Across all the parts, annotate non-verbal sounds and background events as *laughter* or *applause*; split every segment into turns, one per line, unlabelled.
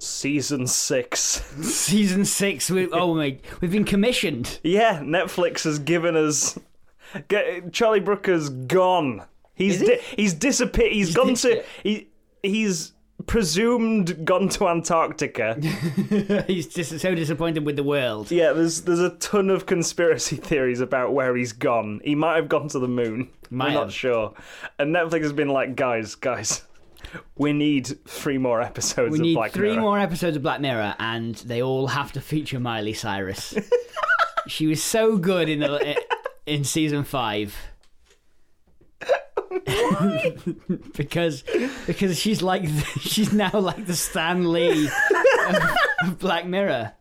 Season 6.
Season six. We, oh my, we've been commissioned.
*laughs*
*laughs*
Yeah, Netflix has given us. Get, Charlie Brooker's gone. He's
he?
di- he's disappeared. he's gone
ditched
to.
it.
He, he's presumed gone to Antarctica.
He's just so disappointed with the world.
Yeah, there's there's a ton of conspiracy *laughs* theories about where he's gone. He might have gone to the moon.
Might
We're not
have.
sure. And Netflix has been like, guys, guys, we need three more episodes
We
of
need
Black
three
Mirror.
more episodes of Black Mirror, and they all have to feature
*laughs*
Miley Cyrus. she was so good in the in season five. *laughs* because because she's like the- *laughs* she's now like the Stan Lee of, of Black Mirror.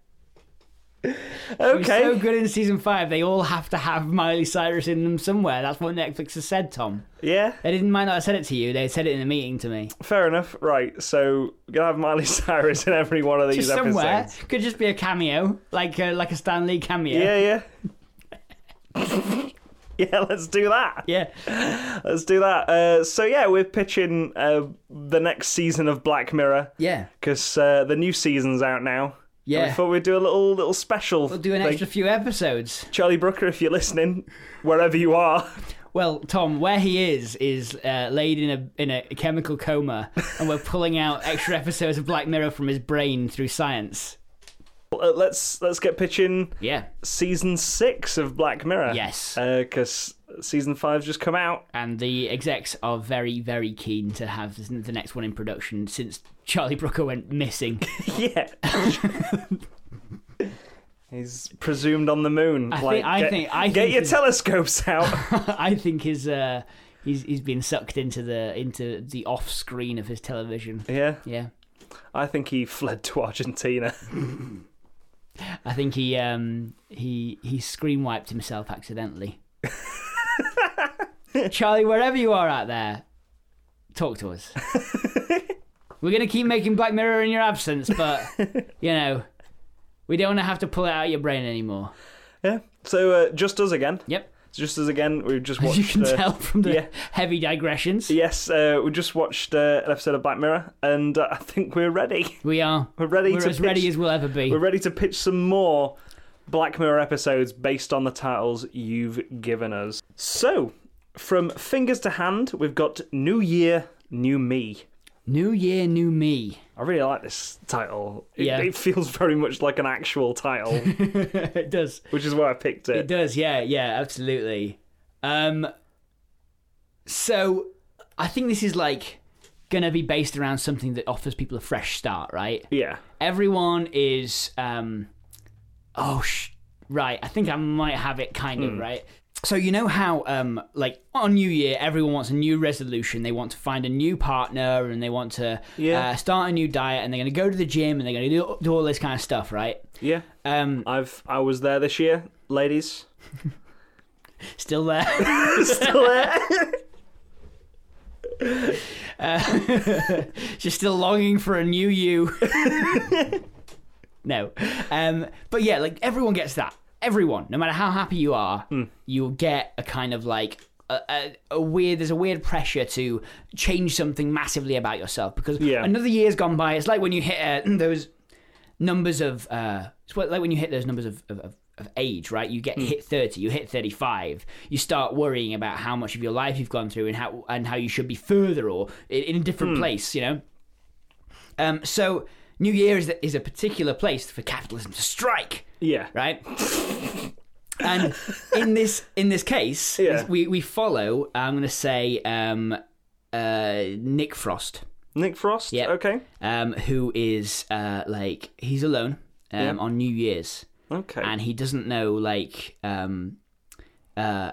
She was
Okay.
so good in season five. They all have to have Miley Cyrus in them somewhere. That's what Netflix has said, Tom.
Yeah,
They didn't might not have said it to you. They said it in a meeting to me.
fair enough. Right, so we're gonna have Miley *laughs* Cyrus in every one of these
just somewhere.
episodes.
Could just be a cameo, like a, like a Stan Lee cameo.
Yeah, yeah. *laughs* yeah, let's do that.
Yeah.
Let's do that. Uh, so yeah, we're pitching uh, the next season of Black Mirror.
Yeah.
because uh, the new season's out now.
Yeah.
And we thought we'd do a little little special.
We'll do an
thing.
extra few episodes.
Charlie Brooker, if you're listening, wherever you are,
Well, Tom, where he is is uh, laid in a in a chemical coma, and we're pulling out extra episodes of Black Mirror from his brain through science.
uh, let's let's get pitching
Yeah.
season six of Black Mirror.
Yes.
because season five's just come out. *laughs*
And the execs are very very keen to have this- the next one in production since Charlie Brooker went missing. *laughs*
yeah. He's presumed on the moon.
I
like,
think- I
get,
think- I
get
think
your
he's- *laughs*
telescopes out.
I think his uh, he's he's been sucked into the into the off screen of his television.
yeah,
Yeah.
I think he fled to Argentina. *laughs*
I think he um he he screen wiped himself *laughs* accidentally. Charlie, wherever you are out there, talk to us. We're gonna keep making Black Mirror in your absence, but you know, we don't want to have to pull it out of your brain anymore.
yeah. So uh, just us again.
Yep,
Just us again. We've just watched.
as you can
uh,
tell from the
yeah.
heavy digressions,
Yes, uh, we just watched uh, an episode of Black Mirror, and uh, I think we're ready. *laughs*
we are
We're ready
we're
to
as
pitch.
ready as we'll ever be.
We're ready to pitch some more Black Mirror episodes based on the titles you've given us. So, from fingers to hand, we've got New Year, New Me.
New year, new me.
I really like this title. It,
Yeah.
it feels very much like an actual
*laughs*
title,
*laughs* it does.
which is why I picked
It
it.
does, yeah, yeah, absolutely. Um, so I think this is like gonna be based around something that offers people a fresh start, right?
Yeah.
Everyone is, um, oh, sh- right. I think I might have it kind of right. So you know how, um, like on New Year, everyone wants a new resolution. They want to find a new partner, and they want to
Yeah.
uh, start a new diet, and they're gonna go to the gym, and they're gonna do, do all this kind of stuff, right?
Yeah.
Um,
I've I was there this year,
*laughs*
ladies. *laughs*
still there.
Still there.
She's still longing for a new you. no. Um, but yeah, like everyone gets that. Everyone, no matter how happy you are, you'll get a kind of like a, a, a weird. There's a weird pressure to change something massively about yourself because
Yeah.
another year's gone by. It's like when you hit uh, *clears throat* those numbers of. Uh, it's what- like when you hit those numbers of. of, of of age, right? You get hit thirty, you hit thirty-five. You start worrying about how much of your life you've gone through and how and how you should be further or in, in a different place. You know, um, so New Year is, is a particular place for capitalism to strike,
yeah.
right? and in this in this case,
Yeah.
we we follow. I'm going to say um, uh, Nick Frost,
Nick Frost.
Yep.
Okay.
um, who is uh, like he's alone um, on New Year's,
Okay.
and he doesn't know like um, uh,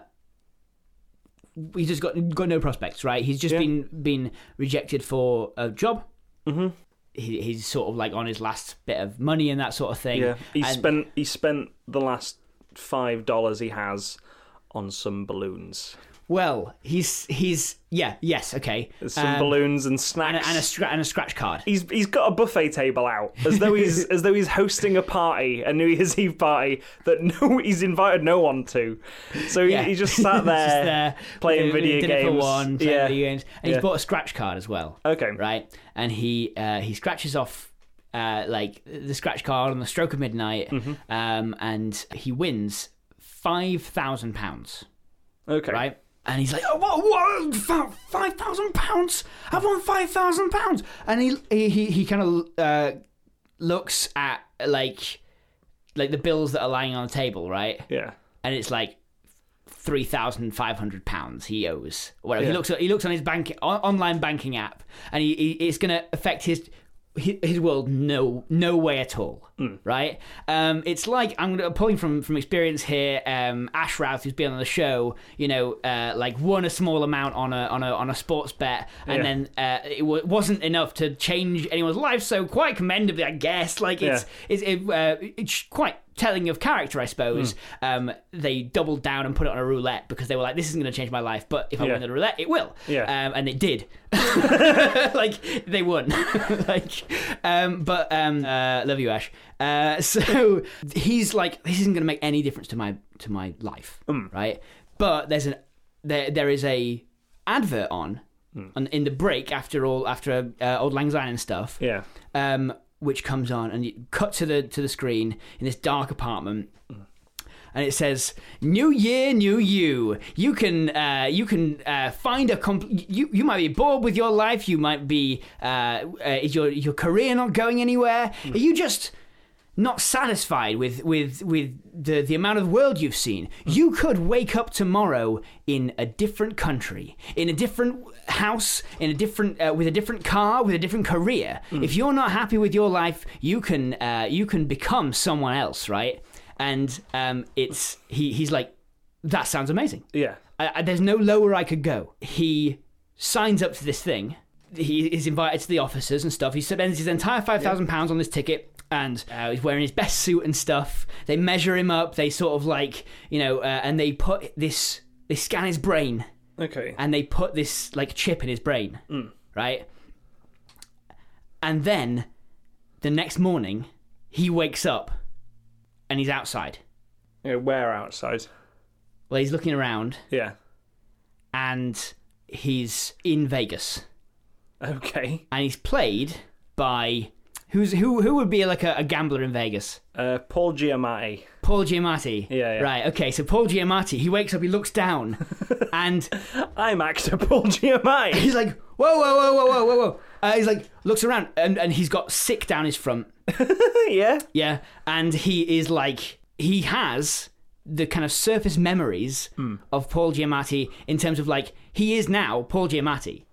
Mm-hmm.
he's just got got no prospects, right? He's just been been rejected for a job. he, he's sort of like on his last bit of money and that sort of thing.
Yeah, he
and,
spent he spent the last five dollars he has on some balloons,
Well, he's he's yeah yes okay
There's some
Um,
balloons and
and a,
snacks.
and a scra- and a scratch card.
He's, he's got a buffet table out as though
*laughs*
he's as though he's hosting a party a New Year's Eve party that *laughs* no he's invited no one to, so he,
Yeah.
he just
*laughs*
sat there,
Just there
playing
with- with
video
dinner for
games.
one, playing
Yeah.
video games, and
Yeah.
he's bought a scratch card as well.
Okay.
right? And he uh, he scratches off uh, like the scratch card on the stroke of midnight, um, and he wins five thousand pounds,
Okay.
right? And he's like, oh, whoa, whoa, fi- five thousand pounds! I've won five thousand pounds! And he he he, he kind of uh, looks at like like the bills that are lying on the table, right?
Yeah.
and it's like three thousand five hundred pounds he owes. Well,
Yeah.
he looks he looks on his bank on, online banking app, and he, he it's going to affect his hi- his world no no way at all,
Hmm.
right? Um, it's like I'm gonna- pulling from from experience here. Um, Ash Routh, who's been on the show, you know, uh, like won a small amount on a on a on a sports bet, and
Yeah.
then uh, it w- wasn't enough to change anyone's life. So quite commendably, I guess. Like it's
Yeah.
is it, uh, it's quite telling of character, I suppose.
Hmm.
Um, they doubled down and put it on a roulette because they were like, "This isn't going to change my life, but if I
Yeah.
win the roulette, it will."
Yeah.
Um, and
*laughs*
it did. *laughs* like they won. *laughs* like, um, but um, uh, love you, Ash. Uh, *laughs* so he's like, "This isn't going to make any difference to my to my life,
Hmm.
right?" But there's an there there is a advert on.
Hmm.
on in the break after all after uh, old lang syne and stuff
Yeah.
um, which comes on and you cut to the to the screen in this dark apartment. And it says, "New year, new you. You can, uh, you can uh, find a. Comp- you, you might be bored with your life. You might be. Uh, uh, is your your career not going anywhere? Are you just not satisfied with with with the the amount of world you've seen? You could wake up tomorrow in a different country, in a different house, in a different uh, with a different car, with a different career. If you're not happy with your life, you can uh, you can become someone else, right? And um, it's he he's like, that sounds amazing.
Yeah.
I, I, there's no lower I could go. He signs up to this thing. He is invited to the officers and stuff. He spends his entire five thousand pounds on this ticket, and uh, he's wearing his best suit and stuff. They measure him up. They sort of like you know, uh, and they put this. They scan his brain
Okay.
and they put this like chip in his brain, right? And then the next morning, he wakes up and he's outside.
Yeah, where outside?
Well, he's looking around
Yeah. *laughs*
and he's in Vegas.
Okay.
and he's played by who's who who would be like a, a gambler in Vegas?
Uh, Paul Giamatti.
Paul Giamatti.
Yeah, yeah.
Right. Okay. So Paul Giamatti, he wakes up, he
*laughs*
looks down, and
I'm actor *laughs* Paul Giamatti. *laughs*
he's like, whoa, whoa, whoa, whoa, whoa, whoa, whoa. Uh, he's like, looks around, and, and he's got sick down his front.
yeah.
Yeah. And he is like, he has the kind of surface memories
Hmm.
of Paul Giamatti in terms of like, he is now Paul Giamatti.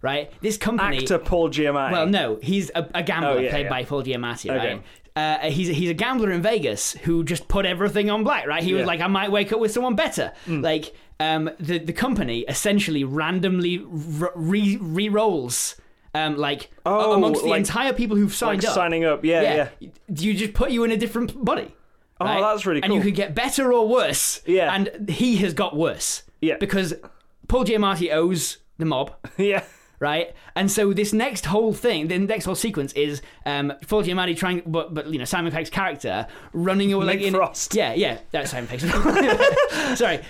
Right. This company
Hmm. Actor Paul Giamatti.
Well, no, he's a, a gambler
Oh, yeah,
played
yeah.
by Paul Giamatti,
Okay.
right? Uh, he's he's a gambler in Vegas who just put everything on black, right? He
Yeah. Mm.
was like, I might wake up with someone better. Like um, the the company essentially randomly re re rolls um, like
Oh,
amongst the
like-
entire people who've signed
like
up.
signing up. Yeah, yeah.
you just put you in a different body. Oh,
that's really
And you
cool.
could get better or worse.
Yeah.
and he has got worse.
Yeah.
because Paul Giamatti owes the mob
Yeah. *laughs*
right? And so this next whole thing, the next whole sequence is um, Paul Giamatti trying, but, but you know Simon Pegg's character running away.
Nick
like, in,
Frost.
Yeah, yeah, that's Simon Pegg's.
*laughs*
*laughs* Sorry.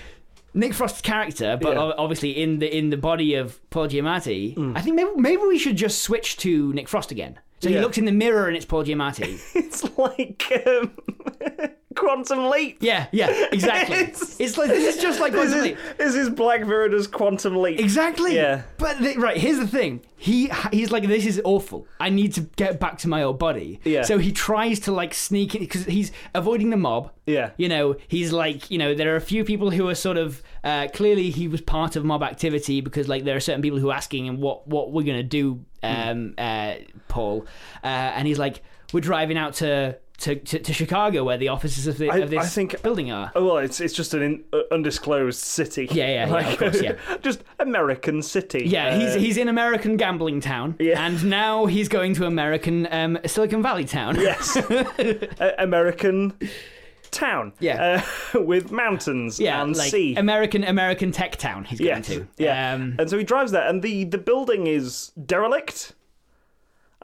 Nick Frost's character, but
Yeah. Mm.
ob- obviously in the in the body of Paul Giamatti, I think maybe maybe we should just switch to Nick Frost again. So
Yeah.
he looks in the mirror and it's
*laughs*
Paul Giamatti.
It's like um, *laughs* Quantum Leap.
yeah, yeah, exactly.
It's-
it's, like this is just like
This
Quantum
is,
Leap.
this is Black Mirror's Quantum Leap.
Exactly.
Yeah.
But the, right here's the thing. He he's like this is awful. I need to get back to my old body.
Yeah.
So he tries to like sneak in because he's avoiding the mob.
Yeah.
You know he's like you know there are a few people who are sort of uh, clearly he was part of mob activity because like there are certain people who are asking him what what we're
Hmm.
gonna do um uh Paul uh, and he's like we're driving out to to, to, to Chicago, where the offices of, the,
I-
of this
I think-
building are.
Oh well, it's it's just an in, uh, undisclosed city.
Yeah, yeah, yeah, of course, yeah.
*laughs* just American city.
Yeah, he's
Uh,
he's in American gambling town,
Yeah.
and now he's going to American um, Silicon Valley town. Yeah, *laughs*
yes, A- American town.
Yeah.
uh, *laughs* with mountains and
like
sea.
American American tech town. He's
yes,
going to.
yeah.
Um,
and so he drives there, and the the building is derelict.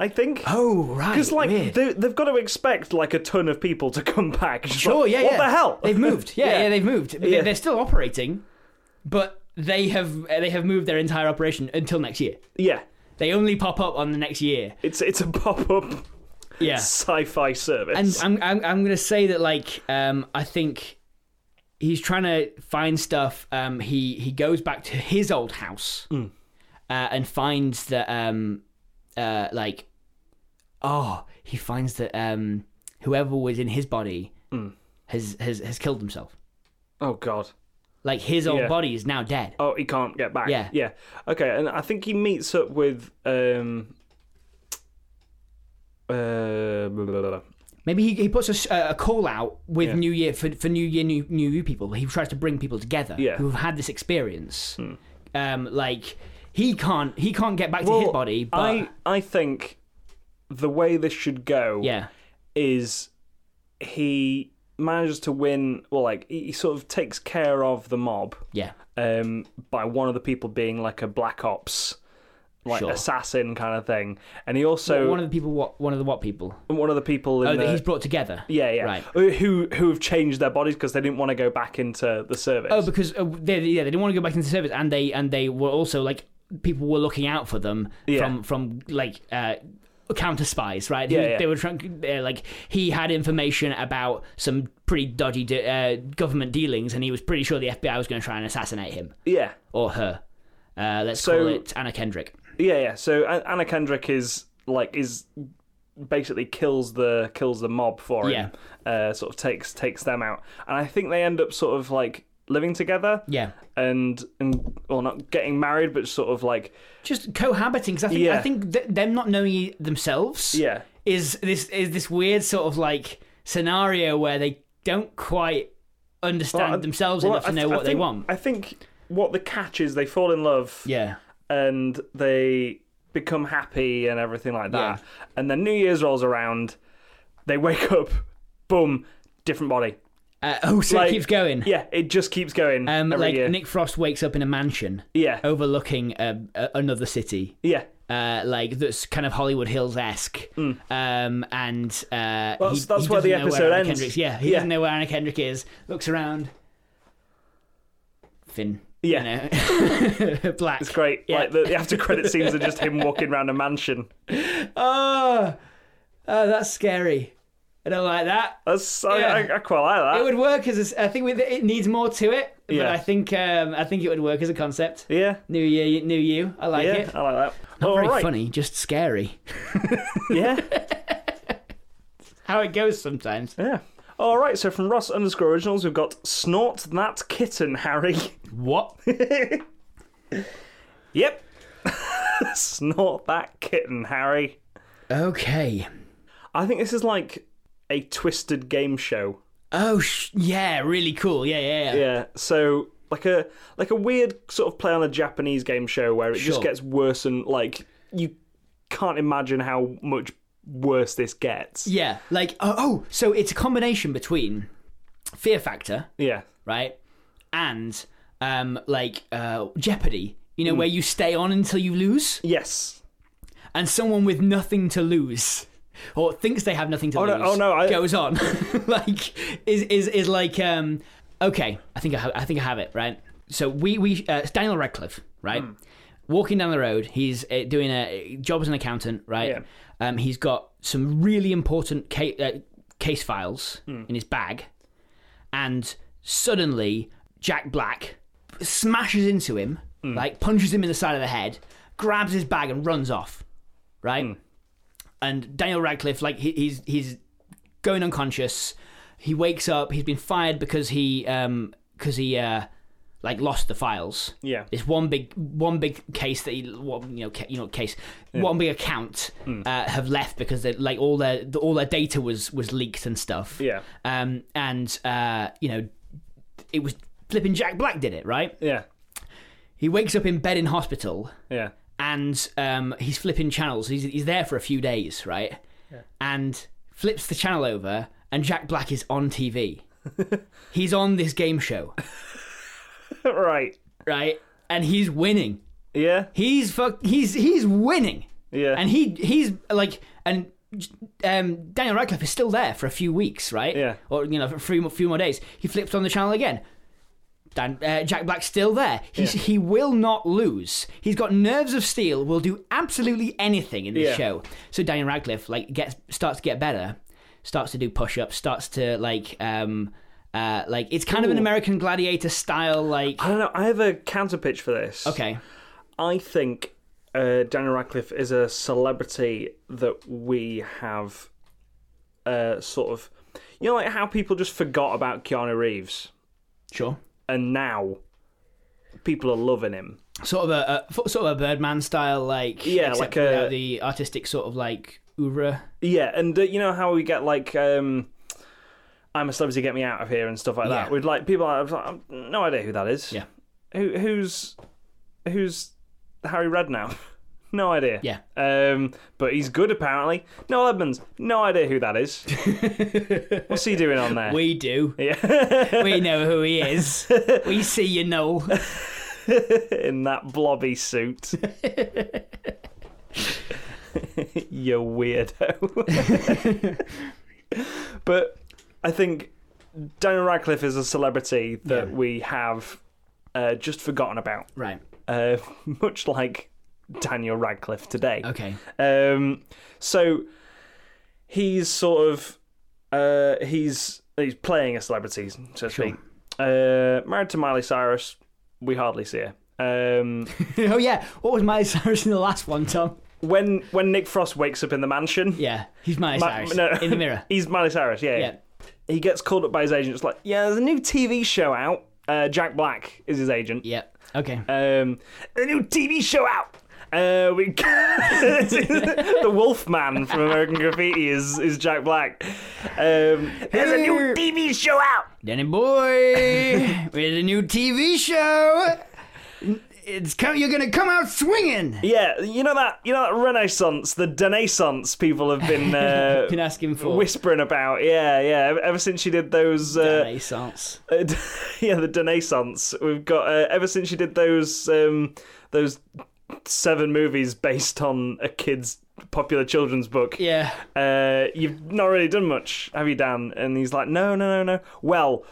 I think.
oh right.
Because like
weird.
they, they've got to expect like a ton of people to come back. Just
Sure,
like,
yeah,
What
yeah.
the hell? *laughs*
They've moved. Yeah,
Yeah.
yeah, they've moved. They-
Yeah.
They're still operating, but they have uh, they have moved their entire operation until next year.
yeah,
They only pop up on the next year.
it's it's a pop up *laughs*
Yeah.
sci-fi service.
And I'm I'm, I'm going to say that like um I think he's trying to find stuff um he he goes back to his old house. Uh, and finds that um uh like oh, he finds that um whoever was in his body has has has killed himself.
oh god.
Like his old
Yeah.
body is now dead.
Oh, he can't get back.
Yeah.
Yeah. Okay, and I think he meets up with um uh blah, blah, blah, blah.
Maybe he, he puts a, sh- a call out with
Yeah.
New Year for, for New Year new New You people. He tries to bring people together
Yeah. Hmm.
who have had this experience. Um, like he can't he can't get back to his
Well,
body, but
I I think the way this should go
yeah,
is he manages to win well like he he sort of takes care of the mob
yeah,
um, by one of the people being like a black ops, like
Sure.
assassin kind of thing. And he also
one of the people what one of the what people
one of the people in
oh, that
the
he's brought together.
yeah yeah
right.
who who have changed their bodies because they didn't want to go back into the service.
Oh, because uh, they, yeah, they didn't want to go back into service, and they and they were also like people were looking out for them
Yeah.
from from like uh, counter spies, right?
Yeah,
they,
yeah.
they were trying uh, like he had information about some pretty dodgy de- uh, government dealings, and he was pretty sure the FBI was going to try and assassinate him
yeah
or her. Uh, let's
So-
call it Anna Kendrick.
yeah yeah. So A- Anna Kendrick is like is basically kills the kills the mob for him. Uh, sort of takes takes them out, and I think they end up sort of like living together
Yeah,
and and well not getting married but sort of like
just cohabiting. 'cause I think
Yeah.
I think th- them not knowing themselves.
yeah
is this is this weird sort of like scenario where they don't quite understand
Well, I-
themselves
well,
enough to
I
know
th- I
what they
think-
want.
I think what the catch is they fall in love
Yeah,
and they become happy and everything like that. And then New Year's rolls around, they wake up, boom, different body.
uh, oh, so
Like-
it keeps going.
Yeah, it just keeps going.
um,
every
like
year.
Nick Frost wakes up in a mansion
yeah,
overlooking uh, a- another city.
yeah.
Uh, like that's kind of Hollywood Hills esque, um, and
Hmm.
uh,
Well,
he,
that's- that's
he
where the
doesn't know
episode
Anna
ends.
Kendrick's- Yeah, he
Yeah.
doesn't know where Anna Kendrick is. Looks around. Finn.
Yeah.
You know? *laughs* Black.
It's great.
Yeah.
Like the, the after credit scenes are just
*laughs*
him walking around a mansion.
Oh, oh, that's scary. I don't like that.
That's I,
Yeah.
I, I quite like that.
It would work as a s I think with, it needs more to it, but
Yeah.
I think um, I think it would work as a concept.
yeah,
New year, new you. I like
yeah,
it.
I like that.
Not
All
very
right.
funny, just scary. *laughs*
Yeah,
How it goes sometimes.
yeah. All right. So from Ross underscore originals, we've got snort that kitten, Harry.
What?
Yep. *laughs* Snort that kitten, Harry.
okay.
I think this is like a twisted game show.
Oh sh- yeah, really cool. Yeah, yeah, yeah.
Yeah. So like a like a weird sort of play on a Japanese game show where it just
Sure.
gets worse and like you can't imagine how much worse this gets.
Yeah, like oh, oh, so it's a combination between Fear Factor,
Yeah.
right? And um like uh Jeopardy, you know, where you stay on until you lose.
Yes.
and someone with nothing to lose or thinks they have nothing to
no-
lose
oh, no, I-
goes on *laughs* like is is is like um okay i think i have i think i have it right so we we uh, it's daniel radcliffe right
Hmm.
walking down the road he's uh, doing a job as an accountant right
Yeah.
um he's got some really important case, uh, case files
Hmm.
in his bag and suddenly Jack Black smashes into him,
Hmm.
like punches him in the side of the head, grabs his bag and runs off, right?
Hmm.
And Daniel Radcliffe, like he, he's he's going unconscious. He wakes up. He's been fired because he um because he uh like lost the files.
Yeah.
This one big one big case that he, one, you know ca- you know case one big account
Hmm.
uh, have left because they like all their the, all their data was was leaked and stuff.
Yeah.
Um and uh you know it was flipping Jack Black did it right.
Yeah.
He wakes up in bed in hospital
Yeah.
and um, he's flipping channels. He's, he's there for a few days, right? And flips the channel over, and Jack Black is on TV. *laughs* he's on this game show,
*laughs* right.
right? And he's winning.
Yeah.
He's fuck. He's he's winning,
Yeah.
and he he's like and. Um, Daniel Radcliffe is still there for a few weeks, right?
Yeah.
Or you know, for a few, more- few more days. He flips on the channel again. Dan, uh, Jack Black's still there. He's, He will not lose. He's got nerves of steel. Will do absolutely anything in this
Yeah.
show. So Daniel Radcliffe like gets starts to get better, starts to do push ups, starts to like um uh like it's kind of an American Gladiator style like
I don't know. I have a counter pitch for this.
okay
I think uh, Daniel Radcliffe is a celebrity that we have uh, sort of, you know, like how people just forgot about Keanu Reeves,
sure
and now people are loving him.
sort of a, a sort of a Birdman style, like
Yeah,
except
like a-
without the artistic sort of like oeuvre.
Yeah, and uh, you know how we get like. Um, I'm a celebrity, get me out of here, and stuff like that.
Yeah.
We'd like people. I've I've no idea who that is.
Yeah.
Who, who's who's Harry Redknapp? *laughs* No idea.
Yeah.
Um, but he's good apparently. Noel Edmonds. No idea who that
*laughs*
is. What's he doing on there?
We do.
*laughs* yeah. *laughs*
We know who he is. we see you, Noel.
In that blobby
*laughs*
suit. you weirdo. *laughs* but I think Daniel Radcliffe is a celebrity that
Yeah.
we have uh, just forgotten about.
Right.
uh, *laughs* much like Daniel Radcliffe today.
Okay. *laughs*
Um, so he's sort of uh, he's he's playing a celebrity, so to speak. Uh, married to Miley Cyrus, we hardly see her. Um,
oh yeah. What was Miley Cyrus in the last one, Tom?
when when Nick Frost wakes up in the mansion,
Yeah, he's Miley
Ma-
Cyrus
no.
in the mirror.
*laughs* he's Miley Cyrus. Yeah,
Yeah.
he gets called up by his agent. It's like, yeah, there's a new TV show out. Uh, Jack Black is his agent.
Yeah. Okay.
Um, a new TV show out. Uh, we *laughs* the Wolfman from American Graffiti is is Jack Black. Um, there's a new TV show out.
Danny
*laughs*
boy, we had a new TV show. It's come, you're gonna come out swinging.
Yeah, you know that you know that Renaissance, the Renaissance people have
*laughs*
been uh,
Been asking for
whispering about. Yeah, yeah. ever- Ever since she did those, uh,
Renaissance.
*laughs* yeah, the Renaissance. We've got uh, ever since she did those um, those seven movies based on a kid's popular children's book.
Yeah.
uh, you've not really done much, have you, Dan? And he's like, no, no, no, no. Well,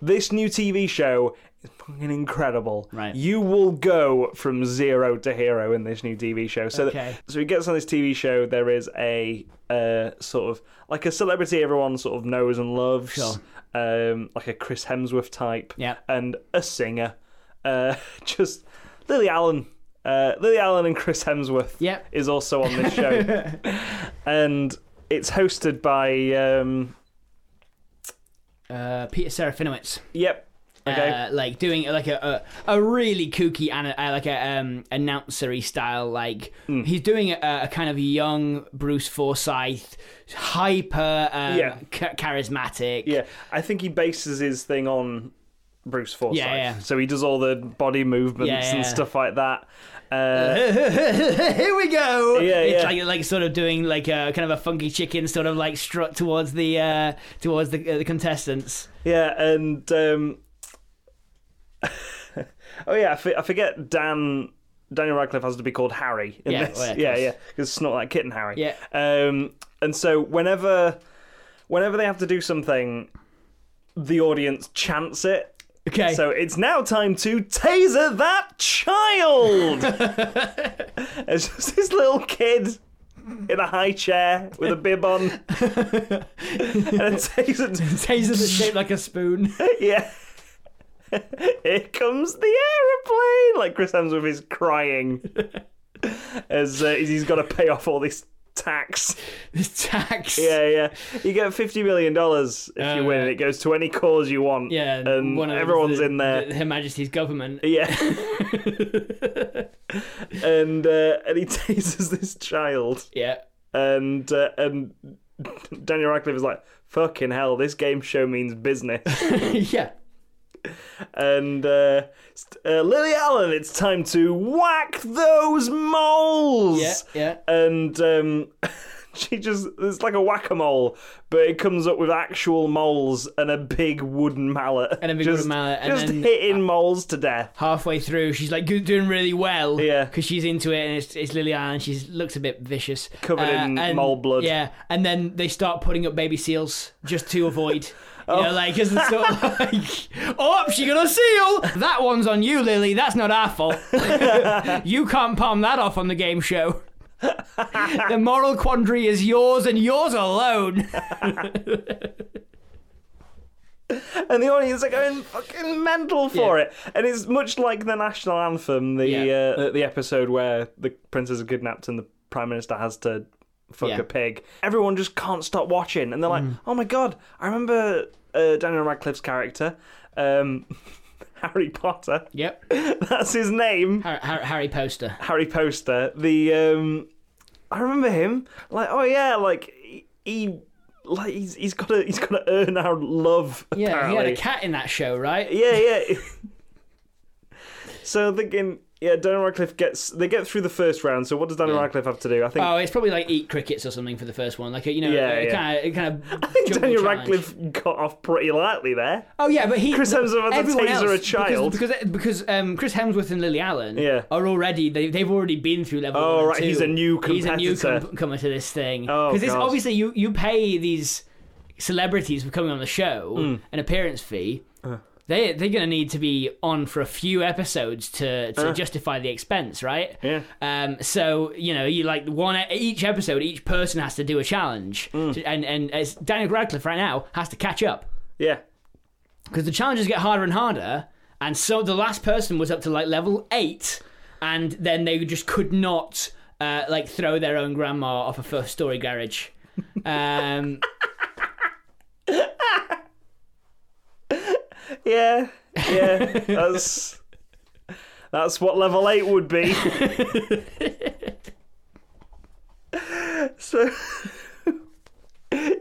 this new TV show is fucking incredible.
Right.
You will go from zero to hero in this new TV show. So, that-
Okay.
so he gets on this TV show. There is a uh, sort of like a celebrity everyone sort of knows and loves,
Sure.
um, like a Chris Hemsworth type,
Yeah.
and a singer. Uh, *laughs* just Lily Allen. Uh, Lily Allen and Chris Hemsworth
Yep.
is also on this
*laughs*
show, and it's hosted by um,
Uh, Peter Serafinowicz.
yep, okay,
uh, like doing like a a, a really kooky and uh, like a um, announcery style. Like
Hmm.
he's doing a, a kind of young Bruce Forsyth, hyper um,
Yeah.
cha- charismatic.
yeah. I think he bases his thing on Bruce Forsyth,
Yeah, yeah.
so he does all the body movements
Yeah, yeah. Uh-huh.
and stuff like that. Uh,
*laughs* Here we go.
Yeah,
it's
yeah.
like like sort of doing like a kind of a funky chicken sort of like strut towards the uh, towards the uh, the contestants.
yeah, and um, *laughs* oh yeah, I, f- I forget Dan. Daniel Radcliffe has to be called Harry in
Yeah,
this.
well, of
yeah,
course.
yeah, because it's not like kitten Harry.
Yeah.
Um, and so whenever, whenever they have to do something, the audience chants it.
Okay. *laughs*
So it's now time to taser that child. it's just this little kid in a high chair with a bib on, and a taser.
taser that's shaped like a spoon. *laughs*
Yeah. Here comes the aeroplane! Like Chris Hemsworth is crying as uh, he's got to pay off all these tax.
The tax.
Yeah, yeah. You get fifty million dollars if you
Oh,
win,
right.
and it goes to any cause you want.
Yeah,
and
one of
everyone's
the-
in there.
the- Her Majesty's government.
Yeah. *laughs* and uh, and he *laughs* tases this child,
Yeah. *laughs*
and uh, and *laughs* Daniel Radcliffe is like, "Fucking hell, this game show means business."
yeah.
and uh, st- uh, Lily Allen, it's time to whack those moles.
Yeah. Yeah.
And um, *laughs* she just it's like a whack a mole, but it comes up with actual moles and a big wooden mallet,
And a big
just,
wooden mallet, and
just
then-
hitting moles to death.
Halfway through, she's like good- doing really well.
Yeah.
Because she's into it, and it's, it's Lily Allen. She looks a bit vicious. Uh,
Covered in mole blood.
Yeah. And then they start putting up baby seals just
*laughs*
to avoid. You know, like, because it's sort of *laughs* like, oh, she got a seal. That one's on you, Lily. That's not
*laughs*
our fault. you can't palm that off on the game show. the moral quandary is yours and
*laughs*
yours alone.
and the audience are going fucking mental for
Yeah.
it. And it's much like the national anthem, the
Yeah.
uh, the episode where the princess is kidnapped and the prime minister has to fuck
Yeah.
a pig. Everyone just can't stop watching, and they're like,
Mm.
"Oh my god, I remember uh, Daniel Radcliffe's character." Um, *laughs* Harry Potter.
Yep.
*laughs* That's his name.
Harry, Harry, Harry Poster.
Harry Poster. The um I remember him. Like, oh yeah, like he, he like he's he's gotta he's gotta earn our love.
Yeah,
apparently.
he had a cat in that show, right?
Yeah, yeah. so I'm thinking, yeah, Daniel Radcliffe gets they get through the first round. So what does Daniel Radcliffe have to do? I think *laughs*
Oh, it's probably like eat crickets or something for the first one. Like you know,
Yeah,
it
yeah.
kind of, it kind
*laughs*
of.
I think Daniel Radcliffe got off pretty lightly there.
Oh yeah, but he.
Chris Hemsworth had to
everyone
taser
else,
a
because-
child.
because because, um, Chris Hemsworth and Lily Allen
Yeah.
are already they they've already been through level.
Oh,
one and
right,
two.
he's a new
He's a new
competitor.
com- comer to this thing.
Oh,
it's
God.
obviously you you pay these celebrities for coming on the show
Mm.
an appearance fee.
Uh.
They they're gonna need to be on for a few episodes to to justify the expense, right?
Uh. Yeah.
Um. So you know, you like one each episode, each person has to do a challenge,
Mm.
So- and and as Daniel Radcliffe right now has to catch up
Yeah,
because the challenges get harder and harder, and so the last person was up to like level eight, and then they just could not uh, like throw their own grandma off a first story garage. Um.
yeah, yeah. that's that's what level eight would be. so.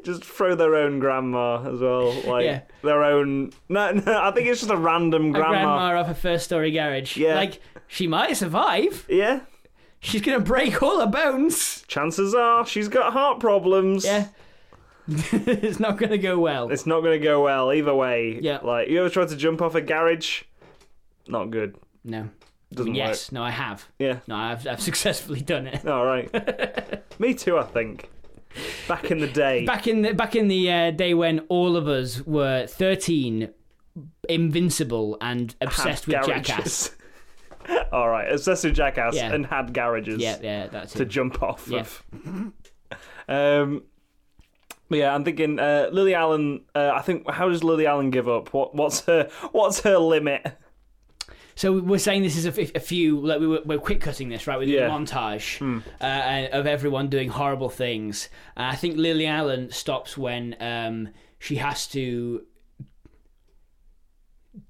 Just throw their own grandma as well, like
Yeah.
their own. No, no, I think it's just a random
a grandma off a first story garage.
Yeah.
Like, she might survive.
Yeah,
She's gonna break all her bones.
chances are she's got heart problems.
Yeah. *laughs* it's not gonna go well.
It's not going to go well either way.
Yeah.
Like, you ever tried to jump off a garage? Not good.
No.
Doesn't
Yes, no, I have.
work.
No, I've, I've successfully done it.
Yeah. All right.
*laughs*
Me too, I think. Back in the day.
Back in the back in the uh, day when all of us were thirteen, invincible and
had
obsessed with jackass.
garages. *laughs* All right. Obsessed with jackass
Yeah.
and had garages
Yeah, yeah, that's
to
it.
jump off
Yeah.
of. Um. But yeah, I'm thinking uh, Lily Allen. Uh, I think how does Lily Allen give up? What what's her what's her limit?
So we're saying this is a, f- a few. Like we were, we're quick cutting this, right? We did
Yeah. Hmm.
a montage uh, of everyone doing horrible things. Uh, I think Lily Allen stops when um, she has to.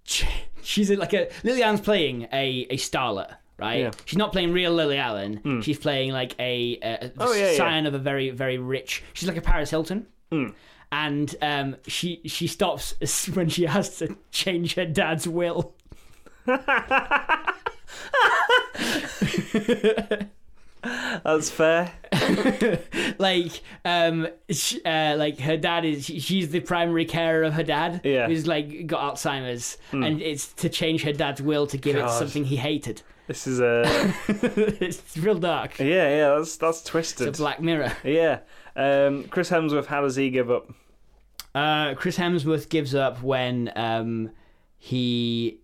*laughs* She's like a Lily Allen's playing a a starlet, right?
Yeah. Hmm.
She's not playing real Lily Allen. She's playing like a, a
Oh, yeah, Hmm. yeah.
scion of a very very rich. She's like a Paris Hilton. And um, she she stops *laughs* when she has to change her dad's will.
That's fair.
like um sh uh, like her dad is she, she's the primary carer of her dad
Yeah. Hmm.
who's like got alzheimer's and it's to change her dad's will to give it
God.
something he hated *laughs*
This is a
it's real dark
yeah yeah. That's that's
it's a
twisted.
black mirror
Yeah. Um, Chris Hemsworth, how does he give up?
uh chris hemsworth gives up when um he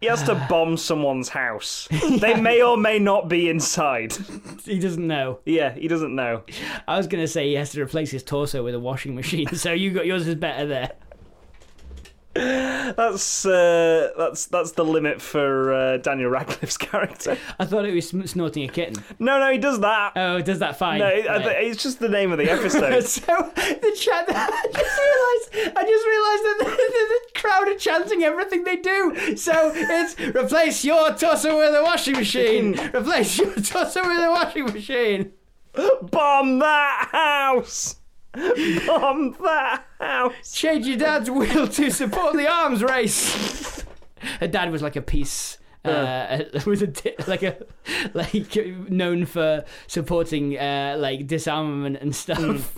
He has to
*sighs*
bomb someone's
*laughs*
house. They may or may not be inside.
he doesn't know
Yeah, he doesn't know.
i was *laughs* gonna say he has to replace his torso with a washing machine so you got yours is better there
That's uh, that's that's the limit for uh, Daniel Radcliffe's *laughs* character.
I thought it was sm- snorting a kitten.
No, no, he does that.
Oh, does that fine?
no, it- I
Right.
thi- it's just the name of
*laughs*
the episode.
So the chat, *laughs* I just realised, I just realised that *laughs* the, the, the crowd are chanting everything they do. So it's replace your tosser with a washing machine. Replace your tosser with a washing machine.
Bomb that house. *laughs* Bomb that house.
Change your dad's will to support the arms race. Her dad was like a piece. Uh, was a *laughs* di- like a like known for supporting uh, like disarmament and stuff.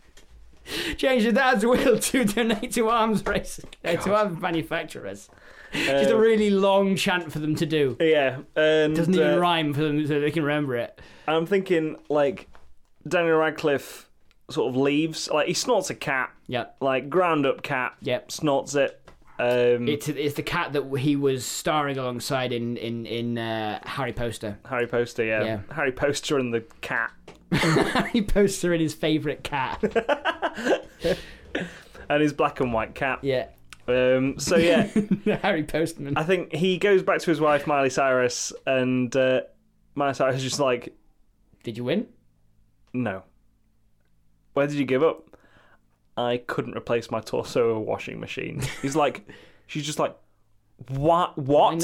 *laughs* Change your dad's will to donate to arms race uh, to arms manufacturers. Just a really long chant for them to do.
Uh, Yeah, and
Doesn't even
uh,
rhyme for them so they can remember it.
I'm thinking like Daniel Radcliffe sort of leaves. Like he snorts a cat,
Yeah,
like ground up cat.
Yep.
Snorts it. Um,
it's it's the cat that he was starring alongside in in in uh, Harry Poster.
Harry Poster. Yeah.
Yeah.
Harry Poster and the cat.
*laughs* Harry Poster and his favourite cat.
And his black and white cat.
*laughs* Yeah.
Um,
*laughs*
so yeah,
The Harry Postman.
I think he goes back to his wife Miley Cyrus, and uh, Miley Cyrus is just like,
Did you win?
no. Where did you give up? I couldn't replace my torso with a washing machine. He's like, she's just like, what? What?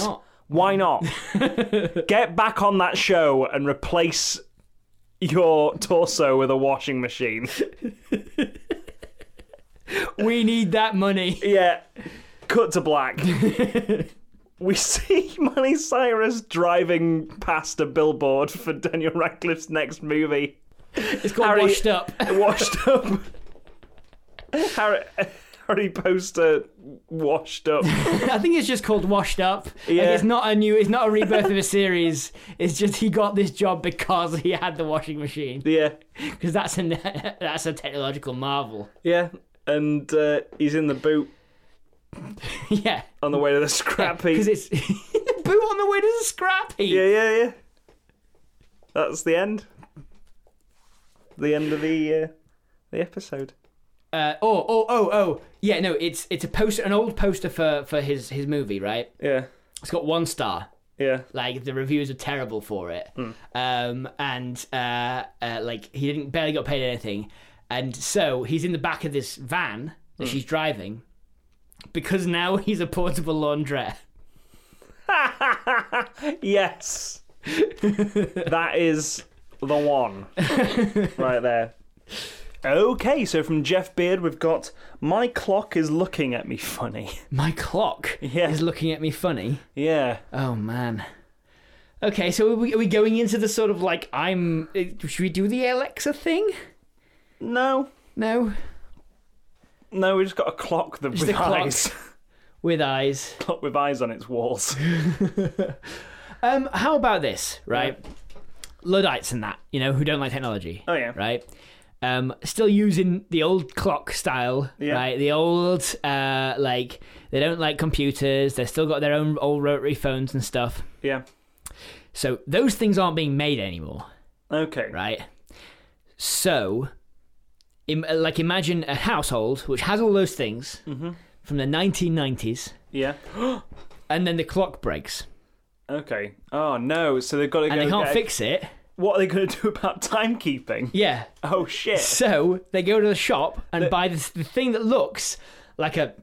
Why not?
Why *laughs* not? Get back on that show and replace your torso with a washing machine.
We need that money.
Yeah. Cut to *laughs* black. we see Miley Cyrus driving past a billboard for Daniel Radcliffe's next movie.
It's got
Harry-
washed up. *laughs*
*laughs* Washed up. Harry, Harry Poster washed up.
I think it's just called Washed Up. Yeah.
Yeah.
Like it's not a new. It's not a rebirth of a series. It's just he got this job because he had the washing machine.
Yeah.
Because that's a *laughs* that's a technological marvel. *laughs*
Yeah. And uh, he's in the boot
yeah.
on the way to the scrap heap.
Because it's *laughs* the boot on the way to the scrap heap.
Yeah, yeah, yeah. That's the end. The end of the uh, the episode.
Uh, oh oh oh oh. Yeah. No. It's it's a poster, an old poster for for his his movie, right?
Yeah,
It's got one star.
yeah.
like the reviews are terrible for it um and uh, uh like he didn't barely got paid anything and so he's in the back of this van that she's driving because now *laughs* he's a portable laundrette *laughs*
Yes, that is the one right there. Okay, so from Jeff Beard, we've got my clock is looking at me funny.
my clock
Yeah.
is looking at me funny
Yeah,
oh man okay so are we, are we going into the sort of like i'm uh, should we do the alexa thing
no,
no
no, we just got a clock that with
a clock.
eyes, *laughs*
with eyes
clock with eyes on its walls.
Um, how about this, right? Luddites and that, you know, who don't like technology.
Oh, yeah.
Right? Um, still using the old clock style,
Yeah.
right? The old, uh, like, they don't like computers. They've still got their own old rotary phones and stuff.
Yeah.
So those things aren't being made anymore,
Okay.
right? So, im- uh, like, imagine a household which has all those things from the 1990s,
Yeah.
and then the clock breaks.
Okay. Oh no! So they've got to go.
And they can't
get a-
fix it.
What are they going to *laughs* do about timekeeping?
Yeah.
Oh shit!
So they go to the shop and buy this the thing that looks like a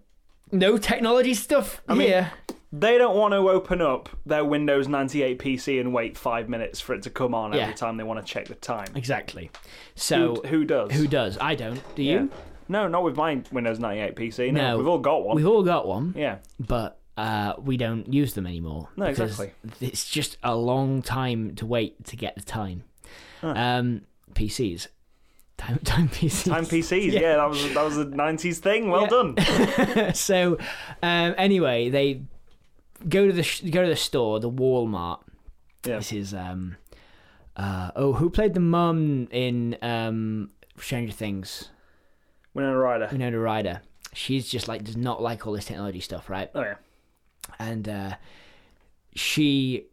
no technology stuff here.
They don't want to open up their Windows 98 PC and wait five minutes for it to come on
Yeah.
every time they want to check the time.
exactly. So
Who- who does?
who does? I don't. Do
Yeah.
you?
No, not with my Windows 98 PC. No,
No.
we've all got one.
We've all got one,
Yeah,
but uh, we don't use them anymore.
No,
because
exactly.
It's just a long time to wait to get the time. Um, PCs. Time, time
*laughs*
PCs. *laughs*
time PCs. Yeah. that was that was a 90s thing. Well
Yeah.
*laughs* done.
so um, anyway, they go to the sh- go to the store, the Walmart.
Yeah.
This is um, uh, oh, who played the mum in um, Stranger Things?
Winona Ryder.
Winona Ryder. She's just like does not like all this technology stuff, right?
Oh yeah.
And uh, she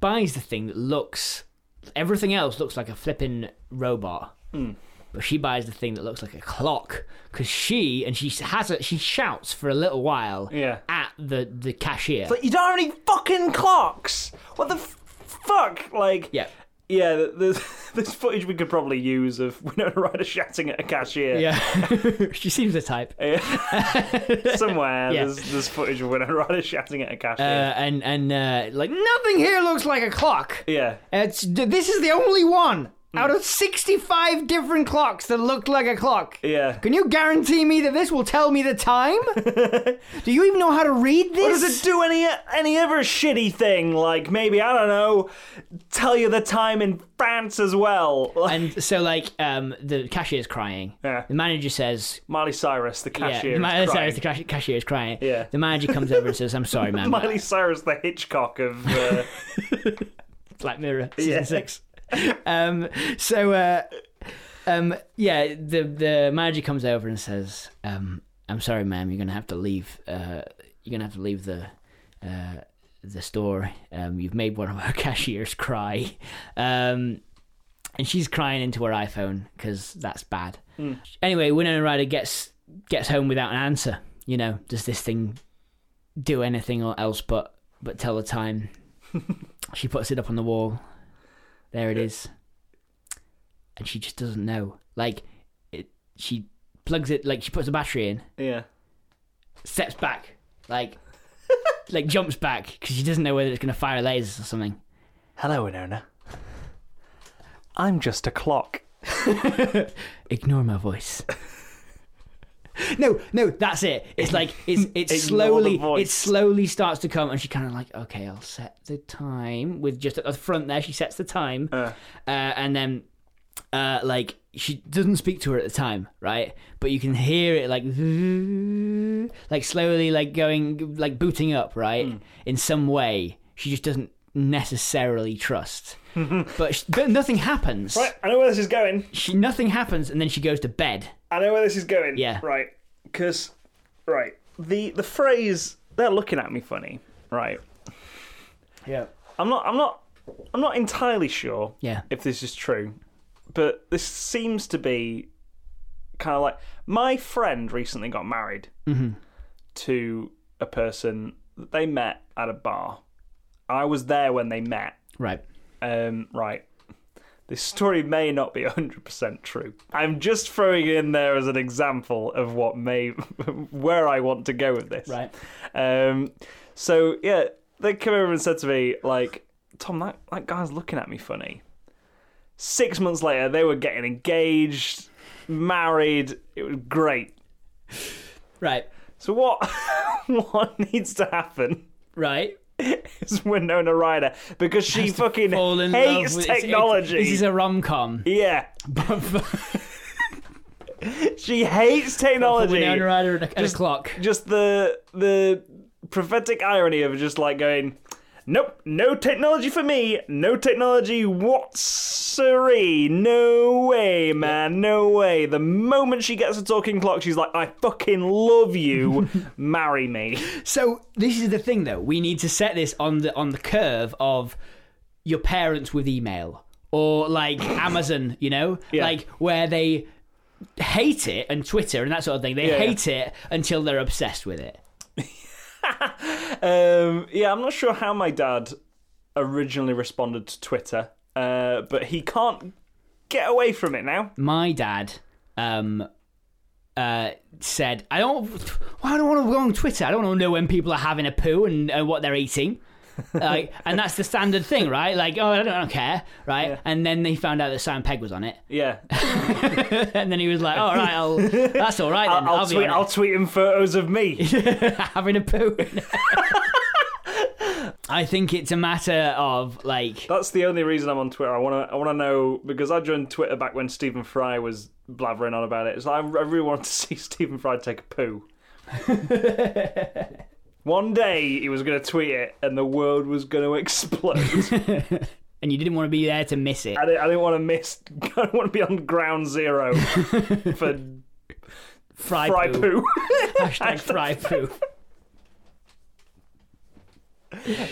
buys the thing that looks everything else looks like a flipping robot, but she buys the thing that looks like a clock because she and she has it. She shouts for a little while
Yeah.
at the the cashier.
But you don't have any fucking clocks. What the f- fuck? Like,
yeah,
yeah. th- There's there's *laughs* footage we could probably use of *laughs* Winona Ryder shouting at a cashier.
yeah. *laughs* she seems the type.
*laughs* Somewhere
Yeah.
there's there's footage of Winona Ryder shouting at a
Uh,
cashier.
and and uh, like nothing here looks like a clock.
yeah.
It's, this is the only one
Hmm.
out of 65 different clocks that looked like a clock.
Yeah.
Can you guarantee me that this will tell me the
*laughs*
time? Do you even know how to read this?
Or does it do any any other shitty thing? Like maybe I don't know, tell you the time in France as well. Like,
And so like um, the cashier's crying.
*laughs* Yeah.
The manager says,
Miley Cyrus, the cashier.
"Yeah." The
is
manager
crying.
says
*laughs*
the cash- cashier is crying.
Yeah.
The manager comes over and says, "I'm
*laughs*
sorry, man." but
Miley Cyrus, the Hitchcock of
*laughs*
uh,
Black Mirror season
Yeah.
six. *laughs* Um, so, uh, um, yeah, the the manager comes over and says, um, "I'm sorry, ma'am, you're gonna have to leave. Uh, you're gonna have to leave the uh, the store. Um, you've made one of our *laughs* cashiers cry." Um, and she's crying into her iPhone because that's bad. Anyway, Winona Ryder gets gets home without an answer. You know, does this thing do anything or else but but tell the time? She puts it up on the wall. There it is. And she just doesn't know. Like, it, she plugs it, like, she puts the battery in,
yeah.
steps back, like, like jumps back because she doesn't know whether it's going to fire lasers or something.
Hello, Winona. I'm just a clock.
Ignore
*laughs*
my voice. no, no, that's it. It's like it's
*laughs* Ignore
it's
the
slowly it
voice.
slowly starts to come, and she kind of like, okay, I'll set the time with just at the front there. She sets the time,
Uh.
uh, and then uh, like she doesn't speak to her at the time, right? But you can hear it like *laughs* like slowly like going like booting up, right?
Hmm.
In some way, she just doesn't
*laughs*
necessarily trust. but, she, but nothing happens.
Right, I know where this is going.
She nothing happens, and then she goes to bed.
I know where this is going.
Yeah.
Right. Because, right. The the phrase "they're looking at me funny." Right.
Yeah.
I'm not. I'm not. I'm not entirely sure
Yeah.
if this is true, but this seems to be kind of like my friend recently got married
Mm-hmm.
to a person that they met at a bar. I was there when they met.
Right.
Um, right. This story may not be *laughs* 100% true. I'm just throwing it in there as an example of what may, *laughs* where I want to go with this.
Right.
Um, so yeah, they came over and said to me, like, Tom, that, that guy's looking at me funny. Six months later, they were getting engaged, married. It was great.
Right.
So what, *laughs* what needs to happen?
Right.
Is Winona Ryder because she fucking
Fall in
hates
love with it's-
technology.
it's- This is a rom com.
*laughs*
*laughs*
Yeah. she hates technology.
Winona Ryder at a, at a clock.
Just the the prophetic irony of just like going, Nope, no technology for me, no technology whatsery. No way, man, no way. The moment she gets a talking clock, she's like, I fucking love *laughs* you. Marry me.
So this is the thing, though. We need to set this on the on the curve of your parents with email
*laughs*
or like Amazon. You know, like where they hate it and Twitter and that sort of thing. They
Yeah, yeah.
hate it until they're obsessed with it.
Um, yeah, I'm not sure how my dad originally responded to Twitter, uh, but he can't get away from it now.
my dad um uh said i don't well, i don't want to go on twitter i don't want to know when people are having a poo and uh, what
*laughs*
they're eating like and that's the standard thing right like oh i don't, I don't care right and then they found out that simon pegg was on it *laughs*
*laughs* Yeah,
and then he was like all
*laughs*
right I'll, that's all right then
I'll,
i'll,
I'll
be
tweet.
on it."
I'll tweet him photos of me.
*laughs* having a poo *laughs* i think it's a matter of like
That's the only reason I'm on Twitter. I want to. I want to know because I joined Twitter back when Stephen Fry was blathering on about it. So I, I really want to *laughs* see Stephen Fry take a
*laughs*
poo. One day he was going to tweet it, and the world was going to explode.
*laughs*
I,
and you didn't want to be there to miss it
didn't, I didn't want to miss. *laughs* I didn't want to be on ground
*laughs*
zero for
fry,
Fry
poo,
poo.
*laughs* hashtag
*laughs*
fry poo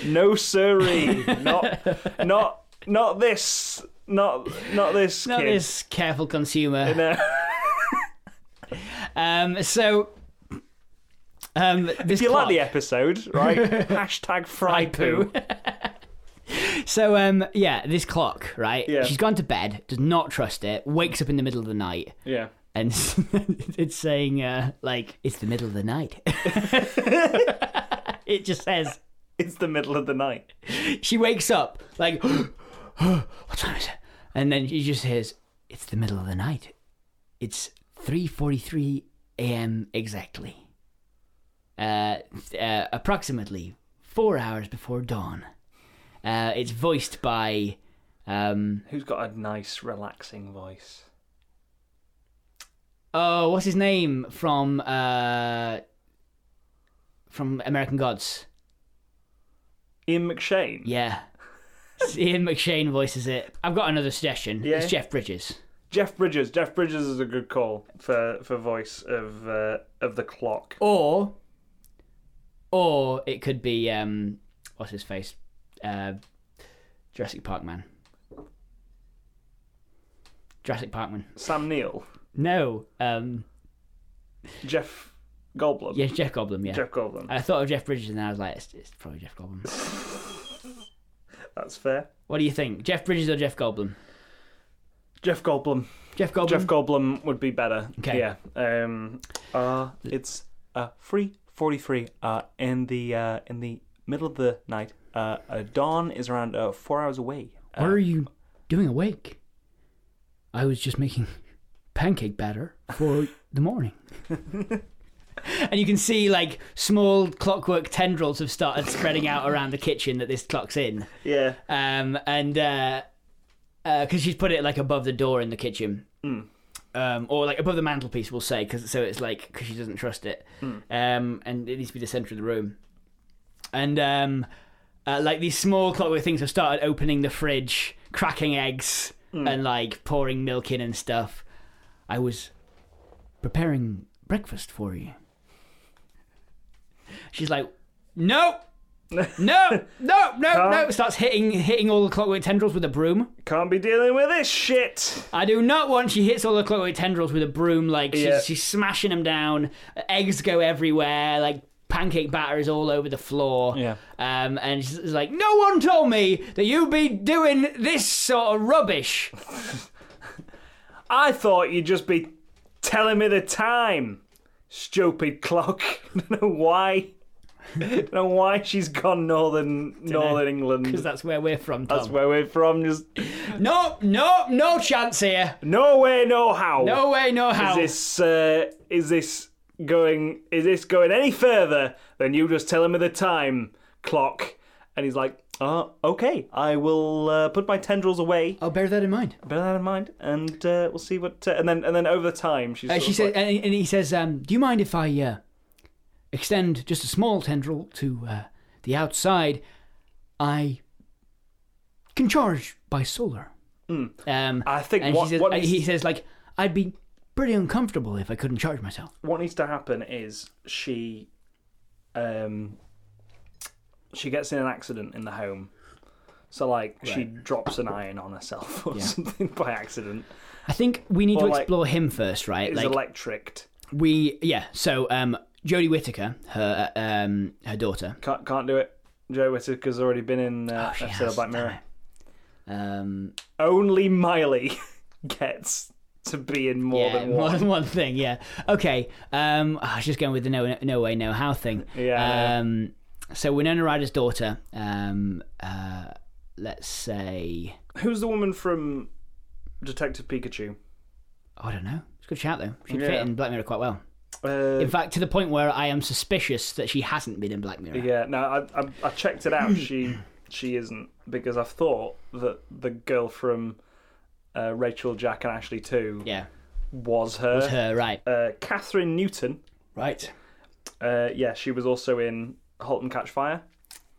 *laughs*
no siree. not. Not. Not this. Not not this
Not
kid.
this careful consumer.
No.
Um, so, um, this
If you like
clock-
the episode,
*laughs*
right? Hashtag fry poo.
So um yeah, this clock, right?
Yeah.
She's gone to bed, does not trust it, wakes up in the middle of the night,
Yeah.
and *laughs* it's saying uh like it's the middle of the night. *laughs* it just says
It's the middle of the night.
she wakes up like *gasps* what time is it? And then she just hears it's the middle of the night. It's 3:43 a.m. exactly. Uh, uh approximately 4 hours before dawn. Uh it's voiced by um
Who's got a nice, relaxing voice?
Oh, what's his name from uh from American Gods?
Ian McShane.
Yeah. It's Ian McShane voices it. I've got another suggestion. It's
Yeah.
Jeff Bridges.
Jeff Bridges. Jeff Bridges is a good call for, for voice of uh, of the clock.
Or or it could be um what's his face? Uh Jurassic Park man. Jurassic Park man.
Sam Neill.
No. Um
Jeff Goldblum.
yeah, Uh, Jeff Goblin, yeah.
Jeff Goldblum.
I thought of Jeff Bridges and then I was like, it's, it's probably Jeff Goblin.
That's fair.
what do you think? Jeff Bridges or Jeff Goblin?
Jeff Goldblum.
Jeff Goblin.
Jeff Goldblum would be better.
Okay.
Yeah. Um. Uh, it's uh three forty three. Uh, in the uh in the middle of the night. Uh, uh dawn is around uh four hours away. Uh,
What are you doing awake? I was just making *laughs* pancake batter for the morning. *laughs* and you can see like small clockwork tendrils have started spreading out around the kitchen that this clock's in.
Yeah.
Um, and uh, uh 'cause she's put it like above the door in the kitchen. Um, or like above the mantelpiece, we'll say, cause, so it's like because she doesn't trust it, um, and it needs to be the center of the room, and um, uh, like these small clockwork things have started opening the fridge, cracking eggs, and like pouring milk in and stuff. I was preparing breakfast for you. She's like, no, no, no, no, no.
Can't.
Starts hitting hitting all the clockwork tendrils with a broom.
Can't be dealing with this shit.
I do not want she hits all the clockwork tendrils with a broom. Like she's,
Yeah.
she's smashing them down. Eggs go everywhere. Like pancake batter is all over the floor.
Yeah.
Um, and she's like, no one told me that you'd be doing this sort of rubbish.
I thought you'd just be telling me the time, stupid clock. *laughs* Don't know why. Don't know why she's gone northern northern
Because
England.
that's where we're from, Tom.
That's where we're from. Just
No, no, no chance here.
no way, no how.
No way, no
Is
how.
this uh, is this going? Is this going any further than you just telling me the time clock? And he's like, uh, okay, I will uh, put my tendrils away.
I'll Oh, bear that in mind.
Bear that in mind, and uh, we'll see what. Uh, and then and then over the time, she's.
Uh,
sort
she
of
said,
like-
and, and he says, um, "Do you mind if I uh, extend just a small tendril to uh, the outside? I can charge by solar." Um,
Hmm. I think
and
what-
she says,
what
uh,
is-
he says, like, I'd be pretty uncomfortable if I couldn't charge myself.
what needs to happen is she um she gets in an accident in the home so like she drops an iron on herself *laughs* or something by accident
I think we need
Or,
to
like,
explore him first, right?
is
Like,
electriced
we, yeah. So, um, Jodie Whittaker, her uh, um, her daughter,
can't can't do it joe whittaker's already been in uh,
Oh, she
episode
has,
of black
damn
mirror
um,
only miley *laughs* gets to be in more
yeah,
than one
*laughs* thing. Yeah. Okay. Um, I was just going with the no, no way, no how thing.
*laughs* Yeah.
Um, so Winona Ryder's daughter. Um, uh, let's say.
who's the woman from detective pikachu
I don't know. It's a good shout though. She'd
Yeah.
fit in Black Mirror quite well.
uh,
In fact, to the point where I am suspicious that she hasn't been in Black Mirror.
Yeah, no, I, I I checked it out. She she isn't because I thought that the girl from uh, Rachel Jack and Ashley Two
Yeah.
was her.
It's her, right?
Uh, Catherine Newton.
Right.
Uh, yeah, she was also in *Halt and Catch Fire*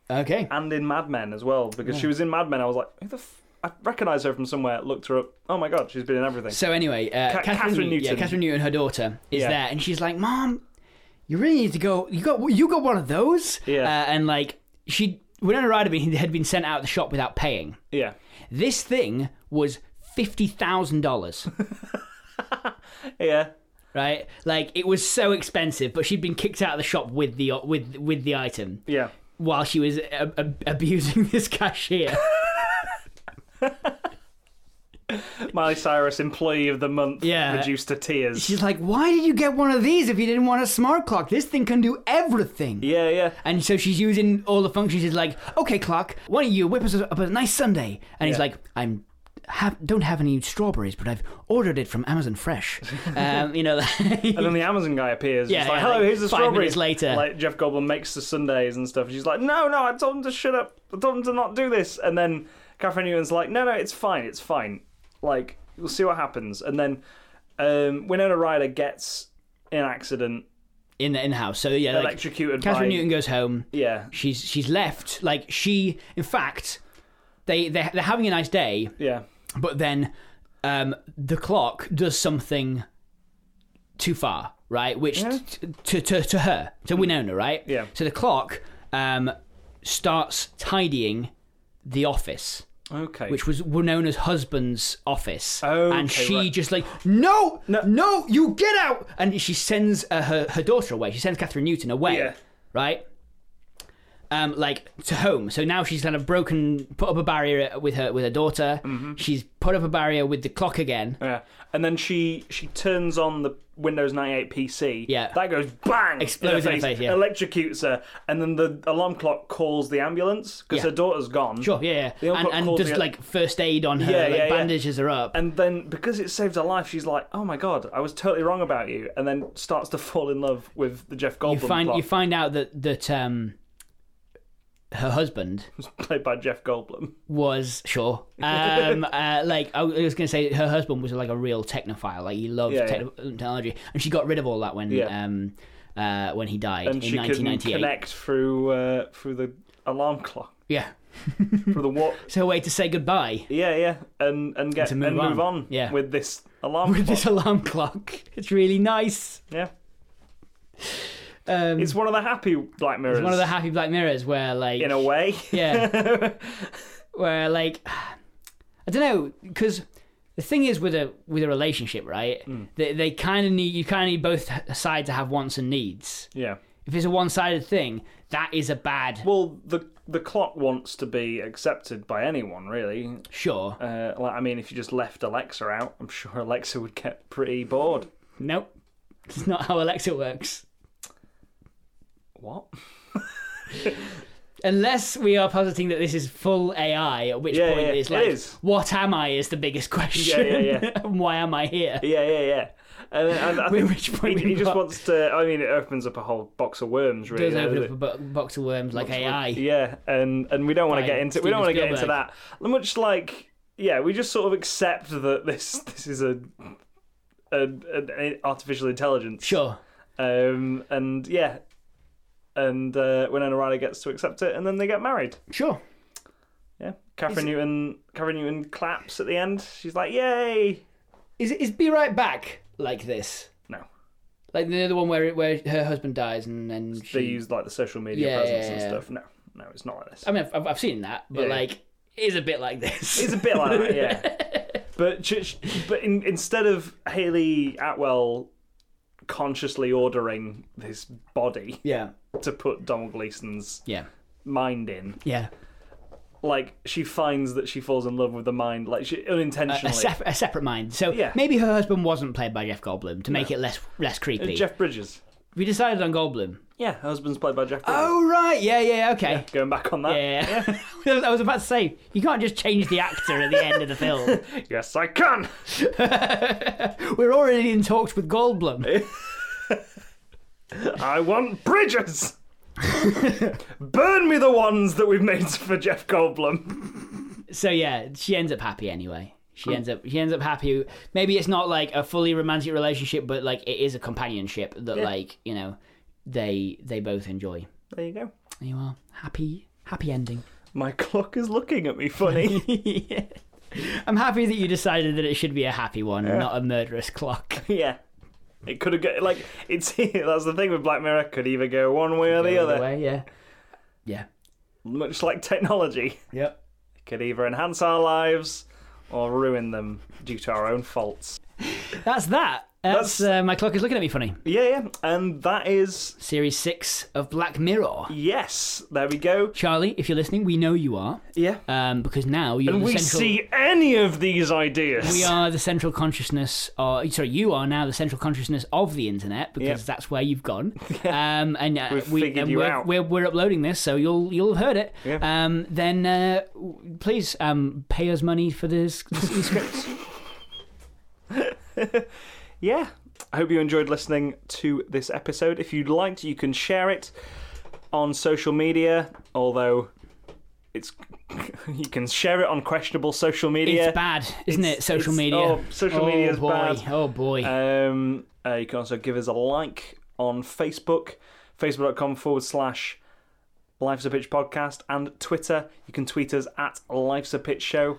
Okay.
and in *Mad Men* as well because she was in *Mad Men*. I was like, who the f- I recognise her from somewhere. Looked her up. Oh my god, she's been in everything.
So anyway, uh,
Ca-
Catherine,
Catherine
Newton. Yeah,
Newton.
Catherine Newton, her daughter, is
Yeah.
there, and she's like, "Mom, you really need to go. You got you got one of those."
Yeah.
Uh, and like she, Winona Ryder been- had been sent out of the shop without paying,
yeah,
This thing was fifty
*laughs*
thousand dollars.
Yeah.
Right, like it was so expensive, but she'd been kicked out of the shop with the with with the item
Yeah.
while she was a- a- abusing *laughs* this cashier.
Miley Cyrus, employee of the month,
Yeah.
reduced to tears.
She's like, "Why did you get one of these if you didn't want a smart clock? This thing can do everything."
yeah, yeah.
And so she's using all the functions. She's like, "Okay, clock, why don't you whip us up a nice Sunday?" And he's
Yeah.
like, "I'm." Have, don't have any strawberries, but I've ordered it from Amazon Fresh. Um, you know,
And then the Amazon guy appears.
Yeah,
Yeah, like,
yeah,
hello,
like
here's the
five
strawberries.
minutes later.
Like Jeff Goldblum makes the Sundays and stuff. And she's like, no, no, I told him to shut up. I told him to not do this. And then Catherine Ewan's like, no, no, it's fine, it's fine. Like, we'll see what happens. And then um, Winona Ryder gets in an accident,
*laughs* in the in the house. So yeah, like,
electrocuted
Catherine
by...
Newton goes home.
Yeah,
She's she's left. Like she, in fact, they they they're having a nice day.
yeah.
but then um, the clock does something too far, right? Which t- to to to her, to Winona, right?
Yeah.
So the clock um, starts tidying the office,
Okay.
which was Winona's husband's office,
Oh, Okay,
and she
right.
just like no, no, no, you get out, and she sends uh, her her daughter away. She sends Catherine Newton away,
Yeah.
right? um, like to home. So now she's kind of broken, put up a barrier with her with her daughter.
Mm-hmm.
She's put up a barrier with the clock again.
Yeah. And then she she turns on the Windows 98 PC.
Yeah.
That goes bang!
Explodes in her face, yeah.
Electrocutes her. And then the alarm clock calls the ambulance because
Yeah.
her daughter's gone.
Sure, yeah,
The
yeah.
old
and
clock
and
calls
does
the-
like first aid on her,
Yeah,
like
yeah, yeah.
bandages her up.
And then because it saved her life, she's like, "Oh my god, I was totally wrong about you." And then starts to *laughs* fall in love with the Jeff Goldblum
you find
plot,
you find out that that um, her husband
*laughs* played by Jeff Goldblum.
was sure. Um,
*laughs*
uh, like I was gonna say, her husband was like a real technophile. Like he loved
Yeah,
techno- technology, and she got rid of all that when
Yeah.
um, uh, when he died
And
in
she couldn't
1998.
connect through uh, through the alarm clock,
Yeah,
through the wa- *laughs*
it's her way to say goodbye.
Yeah, yeah, and and get
to move
and move
on.
on,
Yeah.
with this alarm
*laughs* with
clock.
this alarm clock. It's really nice.
Yeah,
Um, it's
it's one of the happy Black Mirrors.
one of the happy Black Mirrors where, like,
in a way. *laughs*
yeah, where like I don't know because the thing is with a with a relationship, right?
Mm.
They they kind of need you kind of need both sides to have wants and needs.
yeah.
If it's a one sided thing, that is a bad
Well, the the clock wants to be accepted by anyone, really.
sure.
Uh, like, I mean, if you just left Alexa out, I'm sure Alexa would get pretty bored.
Nope, it's not how Alexa works.
What?
Unless we are positing that this is full AI, at which
Yeah,
point
yeah,
it's
it
like,
is.
what am I? Is the biggest question.
yeah.
And *laughs* Why am I here?
Yeah, yeah, yeah. And, and I
*laughs* Wait,
think
which point
he, he
we've
just
got-
wants to. I mean, it opens up a whole box of worms, really.
does open up
doesn't
a
it?
bo- box of worms like AI.
Yeah, and and we don't want
By
to get into we
Steven
don't want to get into
Spielberg.
that. Much like yeah, we just sort of accept that this this is a. An, an artificial intelligence,
Sure.
um, and yeah, and uh, Winona Ryder gets to accept it, and then they get married.
Sure.
Yeah, Catherine Newton, Catherine Newton claps at the end. She's like, "Yay!"
Is is Be Right Back like this?
No,
Like the other one where where her husband dies and then she.
they use like the social media
Yeah,
presence
yeah,
and
yeah. Oh,
stuff. No, no, it's not like this.
I mean, I've, I've seen that, but
Yeah.
like, it is a bit like this.
It's a bit like that, yeah. But ch- ch- but in, instead of Haley Atwell consciously ordering his body
*laughs* yeah.
to put Donald Gleason's
Yeah.
mind in,
Yeah.
like she finds that she falls in love with the mind, like she
A,
unintentionally.
sep- a separate mind. So
Yeah.
maybe her husband wasn't played by Jeff Goldblum to make it less less creepy.
Jeff Bridges,
we decided on Goldblum.
yeah, her husband's played by Jeff. Bridges.
Oh right. Yeah. Yeah. Okay.
Going back on that,
*laughs* Yeah. I was about to say you can't just change the actor at the end of
*laughs*
the film. *laughs*
yes, I can.
We're already in talks with Goldblum.
I want
*laughs*
Bridges. Burn me the ones that we've made for Jeff Goldblum.
so yeah, she ends up happy anyway. She
Hmm.
ends up she ends up happy. Maybe it's not like a fully romantic relationship, but like it is a companionship that like you know they they both enjoy.
There you go.
There you are, happy happy ending.
My clock is looking at me funny.
*laughs* I'm happy that you decided that it should be a happy one, and not a
*laughs*
murderous clock.
*laughs* Yeah. It could have go like it's *laughs* that's the thing with Black Mirror could either go one way or the
Either
other,
way, yeah, yeah,
much like technology.
yep.
could either enhance our lives or ruin them due to our own faults.
That's that. That's,
That's-
uh, my clock is looking at me funny.
Yeah, yeah. And that is
Series six of Black Mirror.
yes. There we go.
Charlie, if you're listening, we know you are,
Yeah.
um, because now you're
and
the
we
central.
see any of these ideas.
we are the central consciousness, or sorry, you are now the central consciousness of the internet because
Yeah.
that's where
*laughs*
you've gone. Um, and uh,
We've
we,
figured
and
you
we're,
out.
We're, we're uploading this, so you'll you'll have heard it.
Yeah.
Um, then uh, w- please um, pay us money for this,
*laughs*
these scripts.
yeah. I hope you enjoyed listening to this episode. If you'd liked, you can share it on social media, although it's *laughs* you can share it on questionable social media.
It's bad, isn't
It's-
it? Social
it's-
media.
oh, social media is
boy.
bad.
Oh boy.
Um, uh, you can also give us a like on Facebook, facebook.com forward slash Life's a Pitch podcast, and Twitter. You can tweet us at Life's a Pitch Show.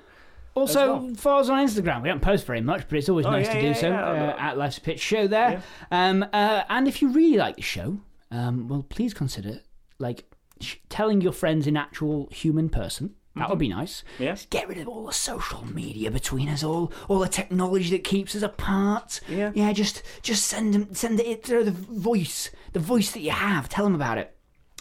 Also,
as well. Oh,
follow us on Instagram. We don't post very much, but it's always nice
yeah,
to do
yeah,
so.
yeah.
uh, at Life's a Pitch Show there. Um, uh, and if you really like the show, um, well, please consider like sh- telling your friends in actual human person. That
Mm-hmm.
would be nice.
Yeah.
Just Get rid of all the social media between us all, all the technology that keeps us apart.
Yeah.
Yeah. Just, just send them, send it through the voice, the voice that you have. Tell them about it.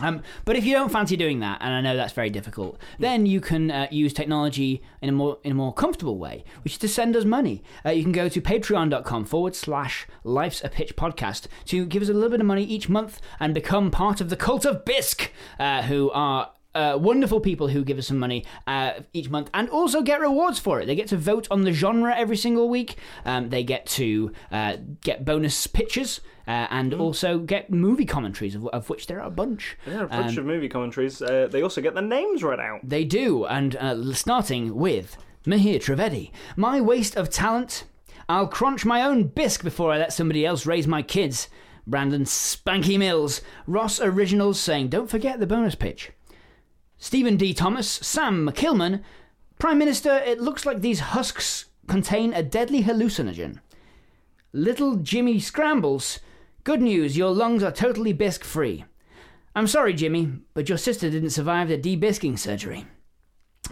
Um, but if you don't fancy doing that, and I know that's very difficult, then you can uh, use technology in a more in a more comfortable way, which is to send us money. Uh, you can go to patreon.com forward slash life's a pitch podcast to give us a little bit of money each month and become part of the cult of Bisc, uh, who are uh, wonderful people who give us some money uh, each month and also get rewards for it. They get to vote on the genre every single week. Um, they get to uh, get bonus pictures uh, and also get movie commentaries, of, of which there are a bunch.
There are a bunch of movie commentaries. Uh, they also get their names read out.
They do, and uh, starting with Mahir Trivedi. My waste of talent. I'll crunch my own bisque before I let somebody else raise my kids. Brandon Spanky Mills. Ross Originals saying, don't forget the bonus pitch. Stephen D. Thomas, Sam McKillman. Prime Minister, it looks like these husks contain a deadly hallucinogen. Little Jimmy Scrambles. Good news, your lungs are totally bisque free. I'm sorry, Jimmy, but your sister didn't survive the debisking surgery.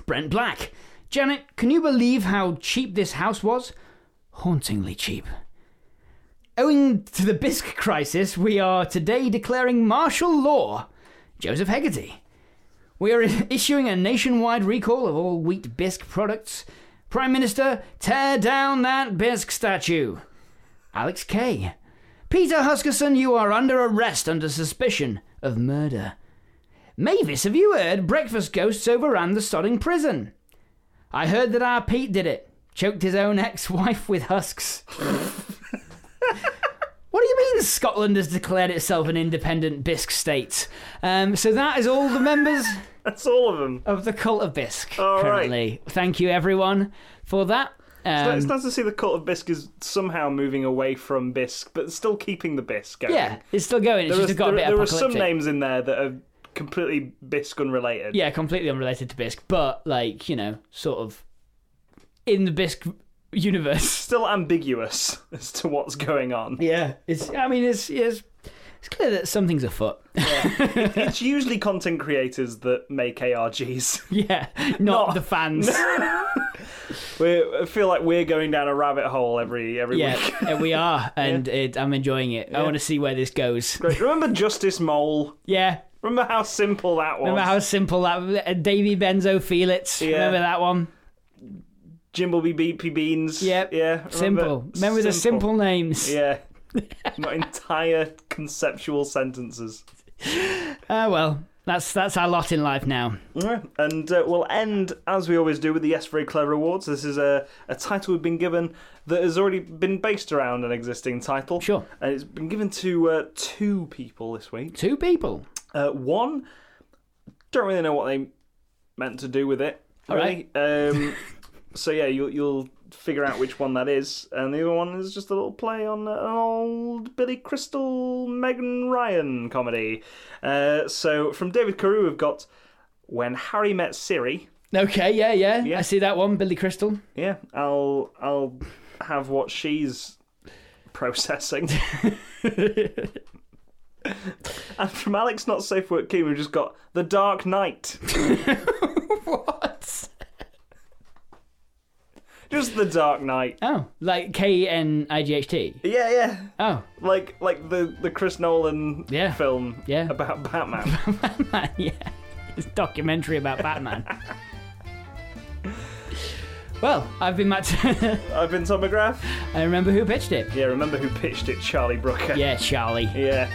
Brent Black. Janet, can you believe how cheap this house was? Hauntingly cheap. Owing to the bisque crisis, we are today declaring martial law. Joseph Hegarty. We are *laughs* issuing a nationwide recall of all wheat bisque products. Prime Minister, tear down that bisque statue. Alex Kay. Peter Huskisson, you are under arrest under suspicion of murder. Mavis, have you heard breakfast ghosts overran the Sodding prison? I heard that our Pete did it. Choked his own ex wife with husks. *laughs* what do you mean Scotland has declared itself an independent Bisque state? Um, so that is all the members
That's all of them.
of the Cult of Bisque
All right.
currently. Thank you, everyone, for that. Um,
Uh, it's nice to see the cult of Bisque is somehow moving away from Bisque, but still keeping the Bisque going.
yeah, it's still going. It's
there,
just
are,
got a
there-
bit
there are
apocalyptic.
some names in there that are completely Bisque unrelated.
yeah, completely unrelated to Bisque, but like you know, sort of in the Bisque universe. *laughs*
Still ambiguous *laughs* as to what's going on.
Yeah, it's. I mean, it's it's it's clear that something's afoot. *laughs*
It's usually content creators that make ARGs.
yeah, not, the *laughs* fans.
*laughs* we I feel like we're going down a rabbit hole every every week.
*laughs* yeah, and we are, and it, I'm enjoying it. I want to see where this goes.
Great. Remember Justice Mole?
Yeah.
Remember how simple that was?
Remember how simple that uh, Davy Benzo Felix?
Yeah.
Remember that one?
Jimbleby Beepy Beans?
Yep.
Yeah. Remember?
Simple. Remember the simple names.
Yeah. Not entire conceptual sentences.
Ah, well, that's that's our lot in life now.
Yeah, And uh, we'll end, as we always do, with the Yes Very Clever Awards. This is a, a title we've been given that has already been based around an existing title.
Sure.
And it's been given to uh, two people this week.
Two people.
Uh, one, don't really know what they meant to do with it.
All right.
really. Um, so yeah, you'll you'll figure out which one that is, and the other one is just a little play on uh, an old Billy Crystal, Megan Ryan comedy. Uh, so from David Carew, we've got when Harry met Siri.
Okay, yeah, yeah,
Yeah.
I see that one, Billy Crystal.
Yeah, I'll I'll have what she's
*laughs*
processing. and from Alex, not safe work Keane, we've just got the Dark Knight.
*laughs* what?
Just the Dark Knight.
Oh, like K N I G H T.
Yeah, yeah.
Oh,
Like like the the Chris Nolan
Yeah.
film
Yeah.
about Batman.
Batman. Yeah, it's a documentary about Batman. well, I've been Matt. *laughs* Turner.
I've been Tom McGrath.
I remember who pitched it.
Yeah, remember who pitched it? Charlie Brooker.
Yeah, Charlie.
Yeah.